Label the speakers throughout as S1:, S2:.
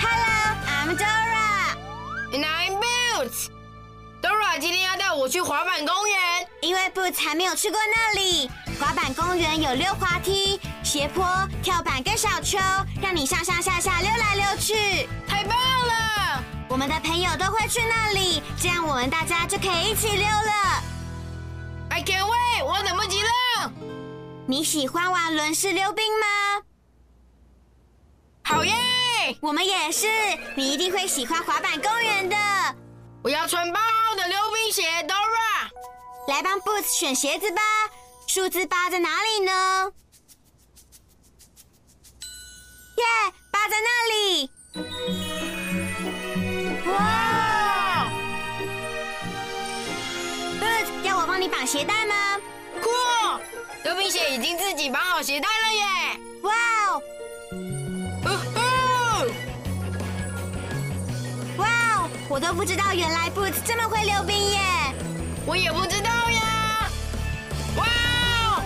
S1: Hello, I'm Dora。
S2: And I'm Boots。Dora 今天要带我去滑板公园，
S1: 因为 Boots 还没有去过那里，滑板公园有溜滑梯、斜坡、跳板跟小丘，让你上上下下溜来溜去。
S2: 太棒了！
S1: 我们的朋友都会去那里，这样我们大家就可以一起溜了。
S2: I can't wait，我等不及了。
S1: 你喜欢玩轮式溜冰吗？
S2: 好耶！
S1: 我们也是，你一定会喜欢滑板公园的。
S2: 我要穿八号的溜冰鞋，Dora。
S1: 来帮 Boots 选鞋子吧，数字八在哪里呢？耶，八在那里。
S2: 哇，
S1: Boots，要我帮你绑鞋带吗？
S2: 酷！溜冰鞋已经自己绑好鞋带了耶。
S1: 哇哦，
S2: 哦吼！
S1: 哇哦，我都不知道原来 Boots 这么会溜冰耶！
S2: 我也不知道呀。哇哦，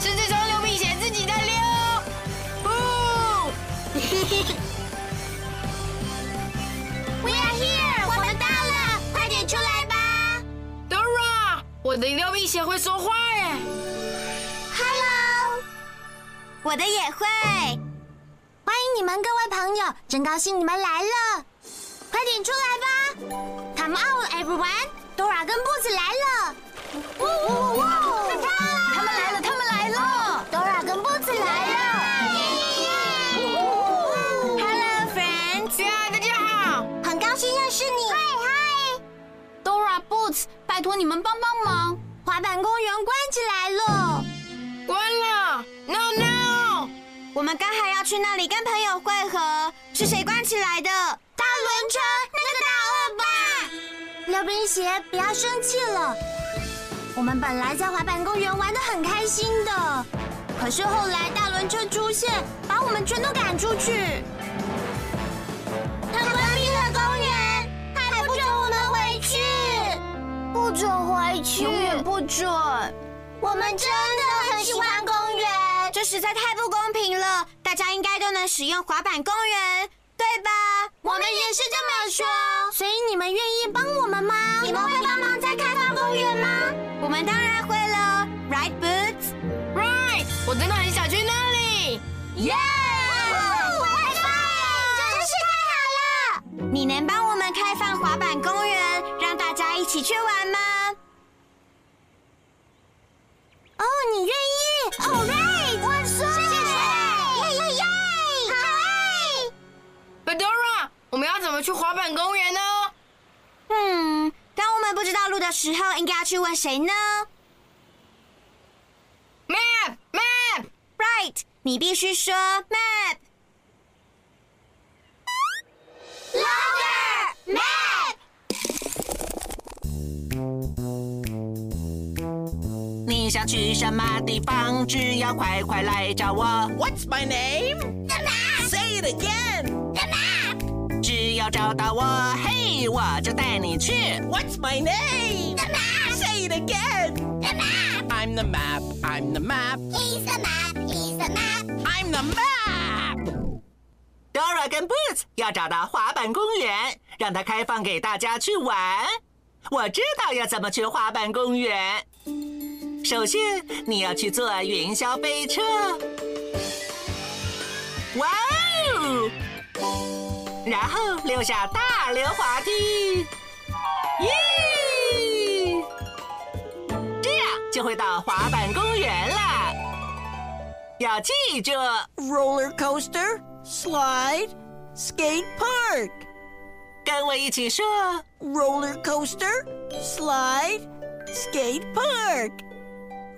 S2: 是这双溜冰鞋自己在溜。哦，
S1: We are here，我们到了，快点出来吧
S2: Dora，我的溜冰鞋会说话耶。
S1: ！Hello，我的也会。欢迎你们各位朋友，真高兴你们来了，快点出来吧！Come on everyone，Dora 跟 Boots 来了。哇哇哇！他们来了，他们来了！Dora 跟 Boots 来了。Hello friends。
S2: 对啊，大家好。
S1: 很高兴认识你。嗨嗨，Dora Boots，拜托你们帮帮忙，滑板公园关起来了。
S2: 关了，No No！
S1: 我们刚好要去那里跟朋友会合，是谁关起来的？大轮车那个大恶霸。溜冰鞋，不要生气了。我们本来在滑板公园玩的很开心的，可是后来大轮车出现，把我们全都赶出去。他关闭了公园，还不准我们回去，不准回去，永远不准。我们真的很喜欢公园，这实在太不公平了。大家应该都能使用滑板公园，对吧？我们也是这么说。所以你们愿意帮我们吗？你们会帮忙再开发公园吗？我们当然会了，Right Boots。
S2: Right，我真的很想去那里。
S1: 耶！真是太好了！你能帮我们开放滑板公园，让大家一起去玩吗？哦，你愿意？All right，万岁！耶耶耶！好
S2: But Dora，我们要怎么去滑板公园呢？
S1: 嗯，当我们不知道路的时候，应该要去问谁呢
S2: Map Map，
S1: ？Right，你必须说 map。Logger map。
S3: 你想去什么地方？只要快快来找我。
S4: What's my name?
S1: The map,
S4: Say it again.
S1: the map,
S3: 只要找到我，嘿，我就带你去。
S4: What's my name?
S1: the map.
S4: Say it again.
S1: The map.
S4: I'm the map. I'm the map.
S1: He's the map. He's the map.
S4: I'm the map.
S3: Dora 跟 Boots 要找到滑板公园，让它开放给大家去玩。我知道要怎么去滑板公园。首先，你要去坐云霄飞车。哇哦！然后溜下大溜滑梯，耶！这样就会到滑板公园了。要记住，
S4: Roller coaster, slide, skate park.
S3: 跟我一起说
S4: Roller coaster, slide, skate park.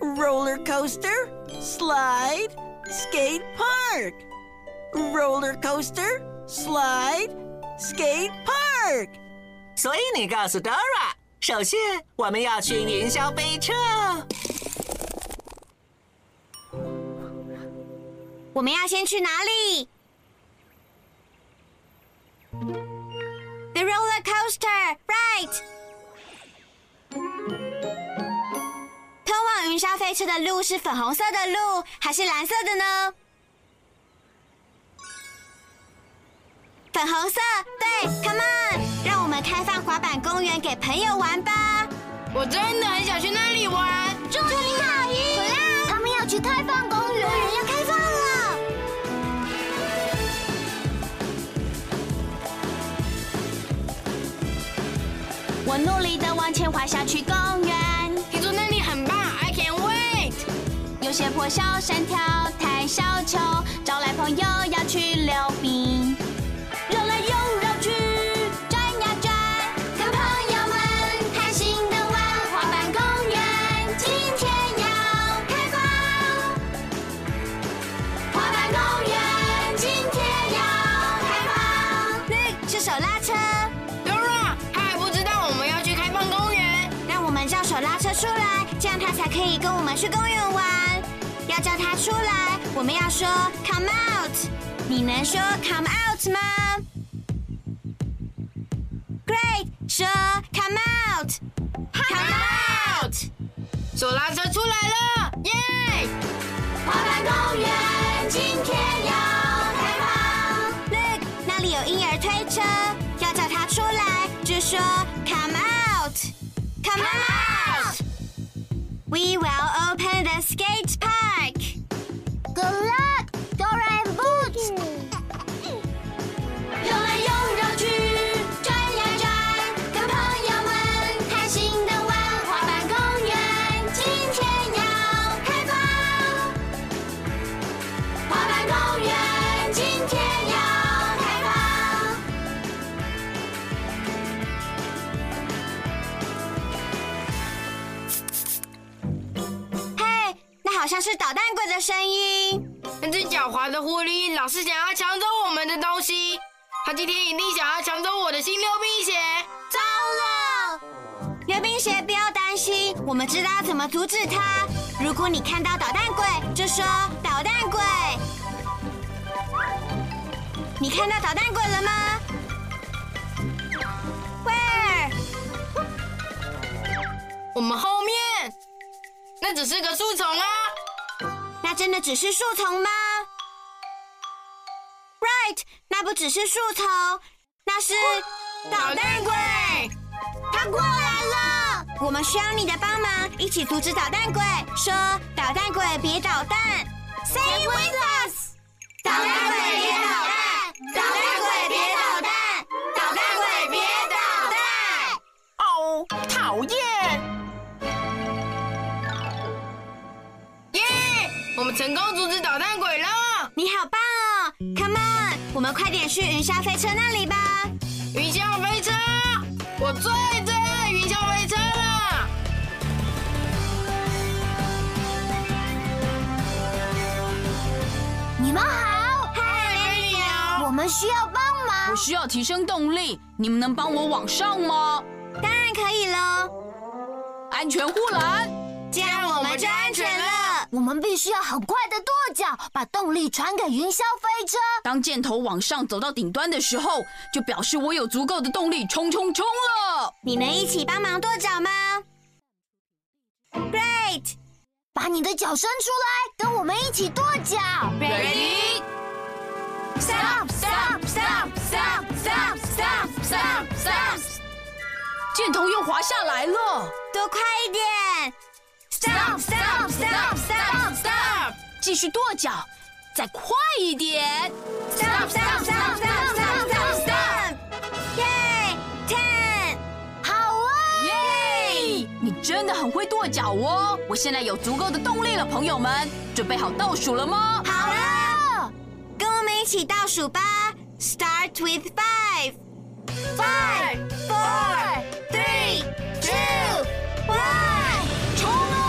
S4: Roller coaster, slide, skate park. Roller coaster, slide, skate park.
S3: 所以你告诉 Dora，首先我们要去云霄飞车。
S1: 我们要先去哪里？The roller coaster, right？通往云霄飞车的路是粉红色的路还是蓝色的呢？粉红色，对，Come on，让我们开放滑板公园给朋友玩吧。
S2: 我真的很想去那里玩。
S1: 祝你好运！他们要去开放公园，公园要开放了。我努力的往前滑下去公园，
S2: 听说那里很棒，I can wait。
S1: 有些坡小山跳，抬小球，招来朋友要去溜冰。绕来又绕去，转呀转，跟朋友们开心的玩滑板公园。今天要开放，滑板公园今天要开放。那是手拉车，
S2: Dora，他还不知道我们要去开放公园。
S1: 让我们叫手拉车出来，这样他才可以跟我们去公园玩。要叫他出来，我们要说 “come out”。你能说 “come out” 吗？Great，说 “come out”。Come out！
S2: 手拉车出来了，耶、
S1: 滑板公园今天要开放。Look，那里有婴儿推车，要叫他出来就说 Come out, Come out. We will open the skate park. Good luck, Dora and Boots. 绕来又绕去，转呀转，跟朋友们开心的玩滑板公园。今天要开放。滑板公园今天要开放。嘿，那好像是捣蛋鬼的声音。
S2: 那只狡猾的狐狸老是想要抢走我们的东西，它今天一定想要抢走我的新溜冰鞋。
S1: 糟了！溜冰鞋不要担心，我们知道怎么阻止它。如果你看到捣蛋鬼，就说捣蛋鬼。你看到捣蛋鬼了吗？Where？
S2: 我们后面，那只是个树丛啊。
S1: 那真的只是树丛吗？Right，那不只是树丛，那是
S2: 捣蛋鬼，
S1: 他过来了！我们需要你的帮忙，一起阻止捣蛋鬼。说，捣蛋鬼别捣蛋。Say with us，捣蛋鬼别捣蛋，捣蛋鬼别捣蛋，捣蛋鬼别捣蛋。
S4: 哦，讨厌！
S2: 耶、我们成功阻止捣蛋鬼了。
S1: 你好棒哦！Come on，我们快点去云霄飞车那里吧。
S2: 云霄飞车，我最最爱云霄飞车了。
S1: 你们好，嗨，美女，我们需要帮忙
S5: 我。需要提升动力，你们能帮我往上吗？
S1: 当然可以喽，
S5: 安全护栏，
S1: 这样我
S2: 们就安全了。
S1: 我们必须要很快的跺脚，把动力传给云霄飞车。
S5: 当箭头往上走到顶端的时候，就表示我有足够的动力冲冲冲了。
S1: 你能一起帮忙跺脚吗？Great，把你的脚伸出来，跟我们一起跺脚。
S2: Ready,
S1: Stop, stop, stop, stop, stop, stop, stop, stop.
S5: 箭头又滑下来了，
S1: 多快一点！Stop, stop, stop, stop,
S2: stop.
S5: 继续跺脚，再快一点。
S1: stop, stop, stop, stop, stop, stop, stop. 耶，ten，好啊！
S5: 耶！你真的很会跺跺脚哦！我现在有足够的动力了，朋友们，准备好倒数了吗？
S1: 好了，跟我们一起倒数吧，Start with five, five, four, three, two, one，冲哦！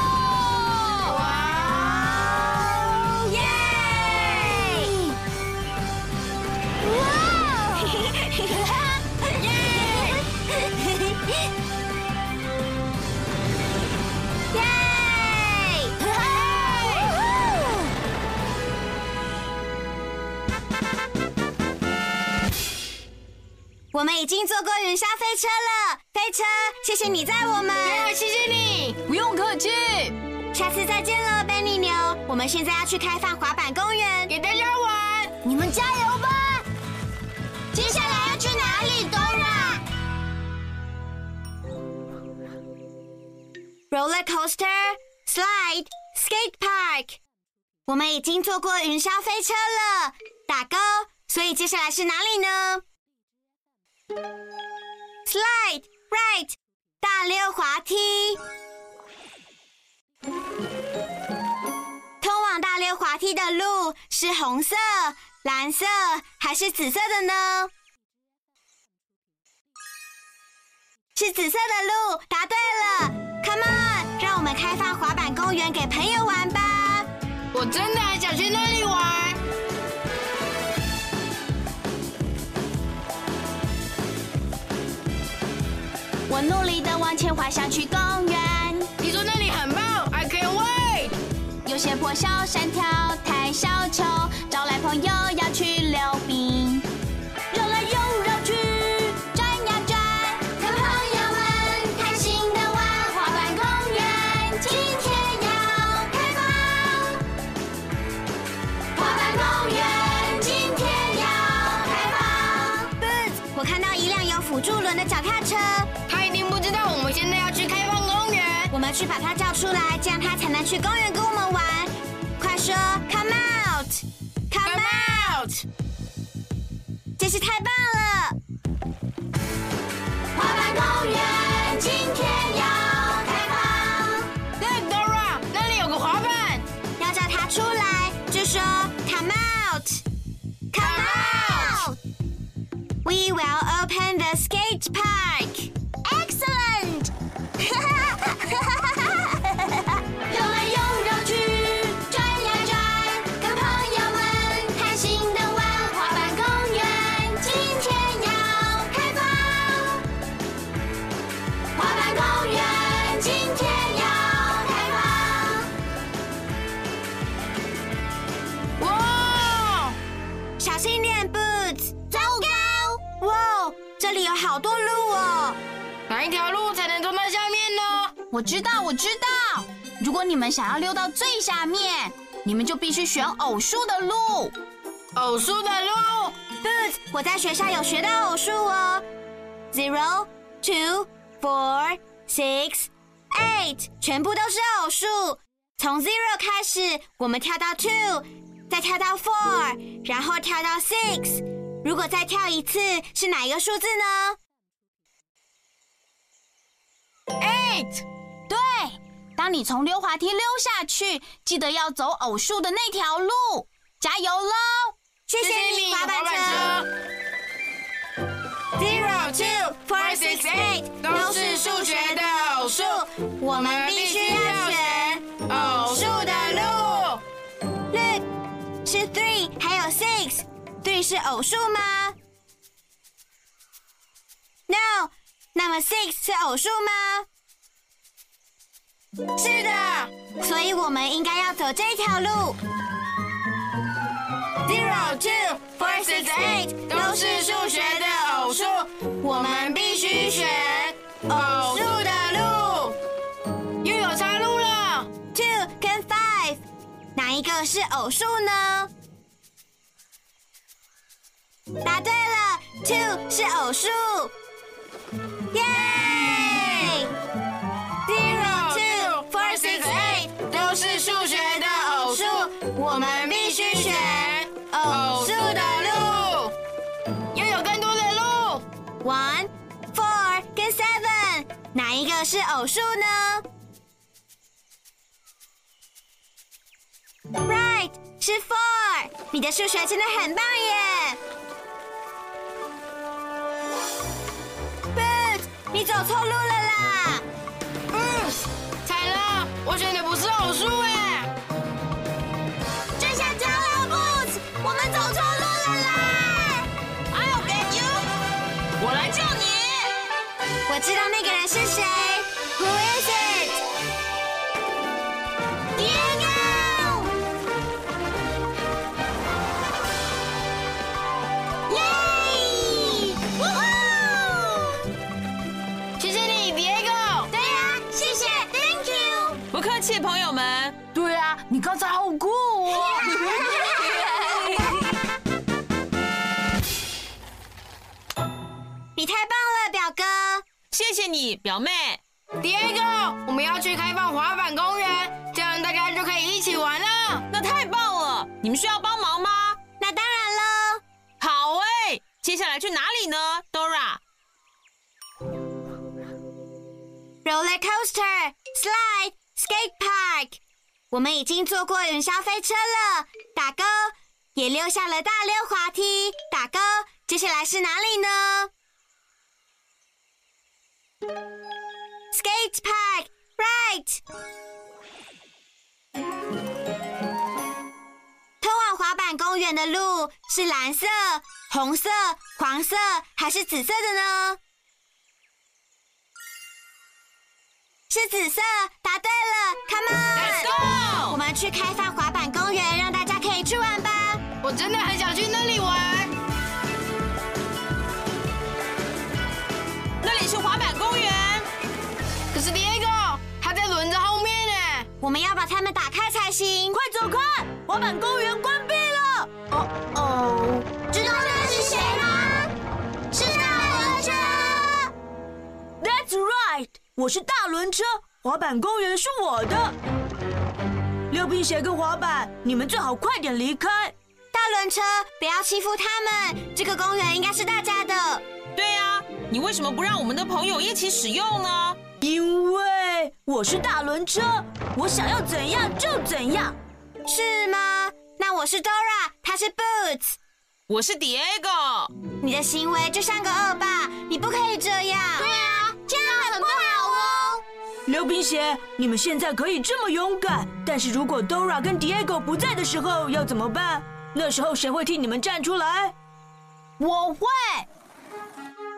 S1: 哇哦，耶！ 哦哇哦， 耶！ 耶！ 我们已经坐过云霄飞车了，飞车，谢谢你载我们，
S2: 啊谢谢你，
S5: 不用客气，
S1: 下次再见了，贝尼牛。我们现在要去开放滑板公园，
S2: 给大家玩。
S1: 你们加油吧！接下来要去哪里，Dora？Roller coaster, slide, skate park。我们已经坐过云霄飞车了，打勾。所以接下来是哪里呢？Slide, right，大溜滑梯。通往大溜滑梯的路是红色、蓝色还是紫色的呢？是紫色的路，答对了！Come on，让我们开放滑板公园给朋友玩吧。
S2: 我真的很想去那里玩。
S1: 我努力的往前滑向去公园，
S2: 你说那里很棒，I can't wait。
S1: 有些坡小山跳台小丘，招来朋友要去溜冰。绕来又绕去，转呀转，跟朋友们开心的玩滑板公园。今天要开放，滑板公园今天要开放。Birds，我看到一辆有辅助轮的脚踏车，
S2: 他一定不知道我们现在要去开放公园。
S1: 我们去把它叫出来，这样它才能去公园跟我们玩。快说，Come out，Come
S2: Come
S1: out！
S2: out！
S1: 真是太棒了！滑板公园今天要开
S2: 那 Dora，那里有个滑板，
S1: 放，要叫他出来就说 “Come out, come out”。We will open the skate park. Excellent！绕来又绕去，转呀转，跟朋友们开心的玩滑板公园。今天要开放，滑板公园今天要开放。
S2: 哇！
S1: 小心点，Boots！糟糕！哇，这里有好多路哦。
S2: 哪一条路才能冲到下面呢？
S5: 我知道，我知道。如果你们想要溜到最下面，你们就必须选偶数的路。
S2: 偶数哦的路，
S1: Boots，我在学校有学到偶数哦，zero, two, four, six, eight，全部都是偶数。从 zero 开始，我们跳到 two，再跳到 four，然后跳到 six。如果再跳一次，是哪一个数字呢？
S5: 对，当你从溜滑梯溜下去，记得要走偶数的那条路。加油喽！
S1: 谢谢你，滑板车。
S2: 车。
S1: Zero, two, four, six, eight，都是数学的偶数，我们必须要选
S2: 偶数的路，
S1: Look，是 three，还有 six。three 是偶数吗？No，那么 six 是偶数吗？是的，所以我们应该要走这条路。Zero, two, four, six, eight，
S2: 都是数学的偶数，我们必须选偶数的路。又有岔路了，
S1: two 跟 five，哪一个是偶数呢？答对了，two 是偶数，耶！zero two four six eight
S2: 都是数学的偶数，我们必须选偶数的路。又有更多的路，
S1: one four 跟 seven，哪一个是偶数呢师 Four，你的数学真的很棒耶！Bert，你走错路了啦！
S2: 嗯，惨了，我选的不是偶数哎，
S1: 这下糟了，Boots，我们走错路了啦！I'll get you，
S2: 我来救你。
S1: 我知道那个人是谁，Who is it？d i e g o 耶！呜呼！
S2: 谢谢你，别狗。
S1: 对呀、谢谢，Thank you。
S6: 不客气，朋友们。
S5: 对啊，你刚才好酷哦！
S1: 你太棒了，表哥！
S6: 谢谢你，表妹。
S2: Diego，我们要去开放滑板公园，这样大家就可以一起玩了。
S6: 那太棒了！你们需要帮忙吗？
S1: 那当然喽，
S6: 好诶、接下来去哪里呢，Dora？
S1: roller coaster、slide、skate park，我们已经坐过云霄飞车了，打勾，也溜下了大溜滑梯，打勾。接下来是哪里呢？skate park right，通往滑板公园的路是蓝色、红色、黄色还是紫色的呢？是紫色，答对了，Come on！
S2: Let's
S1: 我
S2: go！
S1: 们去开放滑板公园，让大家可以去玩吧。
S2: 我真的很想去那里玩。
S6: 那里是滑板公园。
S2: 可是 Diego 他在轮子后面呢。
S1: 我们要把它们打开才行。快走开！滑板公园关闭了。哦哦，知道那是谁吗？是大轮车。
S4: That's right，我是大轮车，滑板公园是我的。溜冰鞋跟滑板，你们最好快点离开。
S1: 大轮车，不要欺负他们。这个公园应该是大家的。
S6: 对啊，你为什么不让我们的朋友一起使用呢？
S4: 因为我是大轮车，我想要怎样就怎样。
S1: 是吗？那我是 Dora，他是 Boots。
S6: 我是 Diego。
S1: 你的行为就像个恶霸，你不可以这样。对啊，这样很不好哦。
S4: 溜冰鞋，你们现在可以这么勇敢，但是如果 Dora 跟 Diego 不在的时候要怎么办？那时候谁会替你们站出来？
S5: 我会，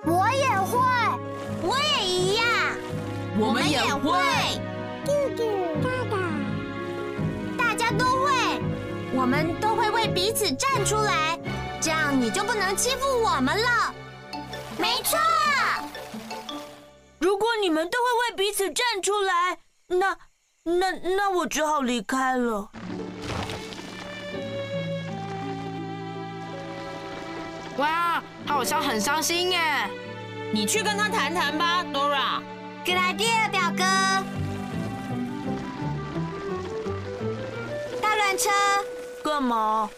S1: 我也会，我也一样。
S6: 我们也会。
S1: 大家都会，我们都会为彼此站出来，这样你就不能欺负我们了。没错，
S4: 如果你们都会为彼此站出来，那那那我只好离开了。
S2: 哇，他好像很伤心哎。
S6: 你去跟他谈谈吧，Dora。
S1: 给来 d 表哥。大轮车，
S4: 干嘛？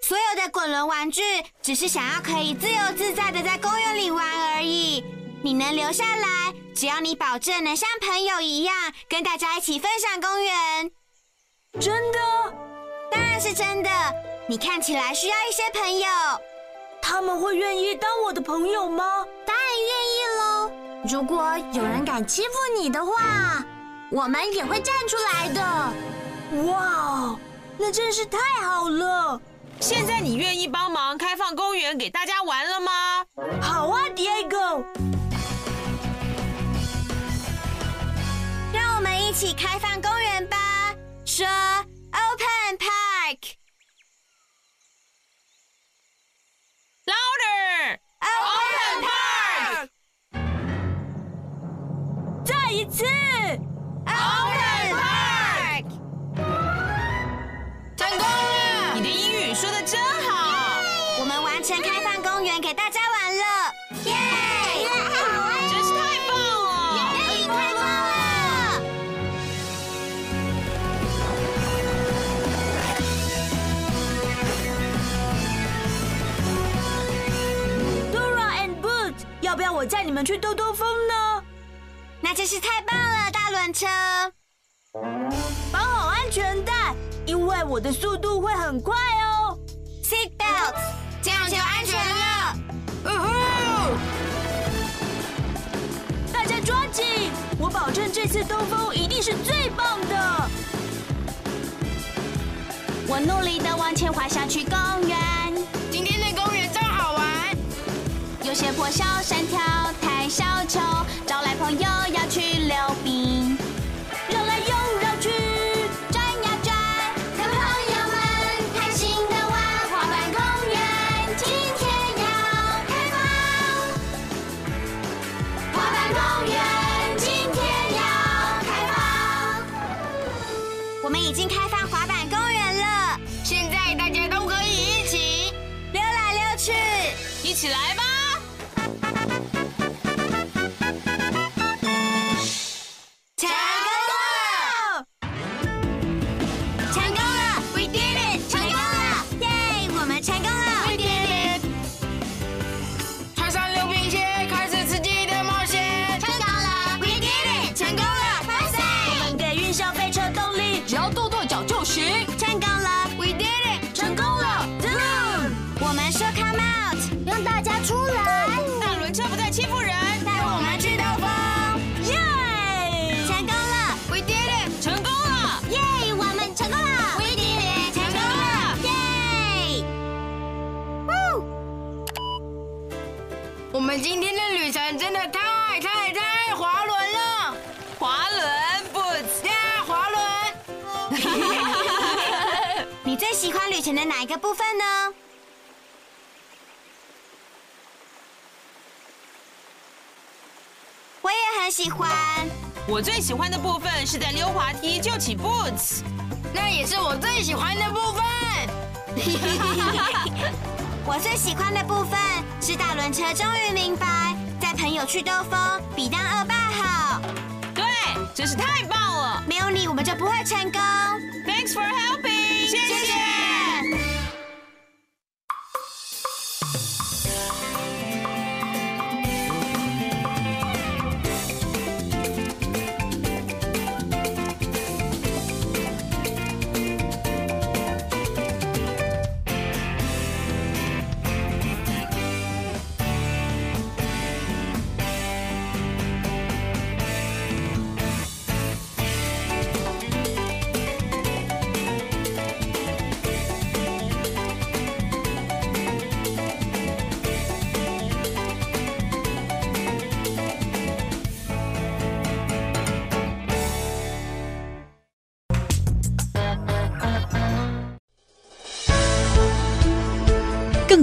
S1: 所有的滚轮玩具只是想要可以自由自在的在公园里玩而已。你能留下来，只要你保证能像朋友一样跟大家一起分享公园。
S4: 真的？
S1: 当然是真的，你看起来需要一些朋友。
S4: 他们会愿意当我的朋友吗？
S1: 当然愿意喽。如果有人敢欺负你的话，我们也会站出来的。
S4: 哇哦，那真是太好了！
S6: 现在你愿意帮忙开放公园给大家玩了吗？
S4: 好啊，Diego，
S1: 让我们一起开放公园吧，说 Open Park。
S6: Louder！
S1: Open Park。
S4: 再一次。
S1: Open Park。
S2: 成功了！
S6: 你的英语说的真好，
S1: 我们完成开放公园给大家玩了，耶！哎
S6: 真是太棒了！
S1: 英语太棒了！
S4: Dora and Boot，要不要我载你们去兜兜风呢？
S1: 那真是太棒了，大轮车。
S4: 绑好安全带，因为外，我的速度会很快哦。
S1: Seat belts，
S2: 这样就啊安全了。呜呼！
S4: 大家抓紧！我保证这次东风一定是最棒的。
S5: 我努力的往前滑下去公园。
S2: 今天的公园真好玩。
S5: 有些破小山跳台小丘，招来朋友要去溜冰，绕来又绕去，转呀转，跟朋友们开心的玩滑板公园，今天要开放，滑板公园今天要开放。
S1: 我们已经开放滑板公园了，
S2: 现在大家都可以一起，
S1: 溜来溜去。
S6: 一起来吧！
S1: 成功了！成功了！We did it！成功了！耶！我们成功了！We did it！
S2: 穿上溜冰鞋，开始刺激的冒险。
S1: 成功了！We did it！成功了！哇塞！
S4: 我们给云霄飞车动力，
S6: 只要跺跺脚就行。
S1: 成功了！We did it！成功了！Zoom！我们说 come out，让大家出来，
S6: 大轮车不再欺负人，
S1: 带我们去兜风！耶！成功了！We did it！
S6: 成功了！
S1: 耶！我们成功了！We did it！成功了！耶！
S2: 我们今天的旅程真的太太太滑轮了，
S6: 滑轮 boots，
S2: 呀，滑轮！
S1: 你最喜欢旅程的哪一个部分呢？我也很喜欢。
S6: 我最喜欢的部分是在溜滑梯救起 boots。
S2: 那也是我最喜欢的部分。
S1: 我最喜欢的部分是大轮车终于明白，带朋友去兜风比当恶霸好。
S6: 对，真是太棒了
S1: 没有你，我们就不会成功。
S6: ！Thanks for helping，谢
S1: 谢谢。
S7: 更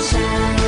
S8: sunshine.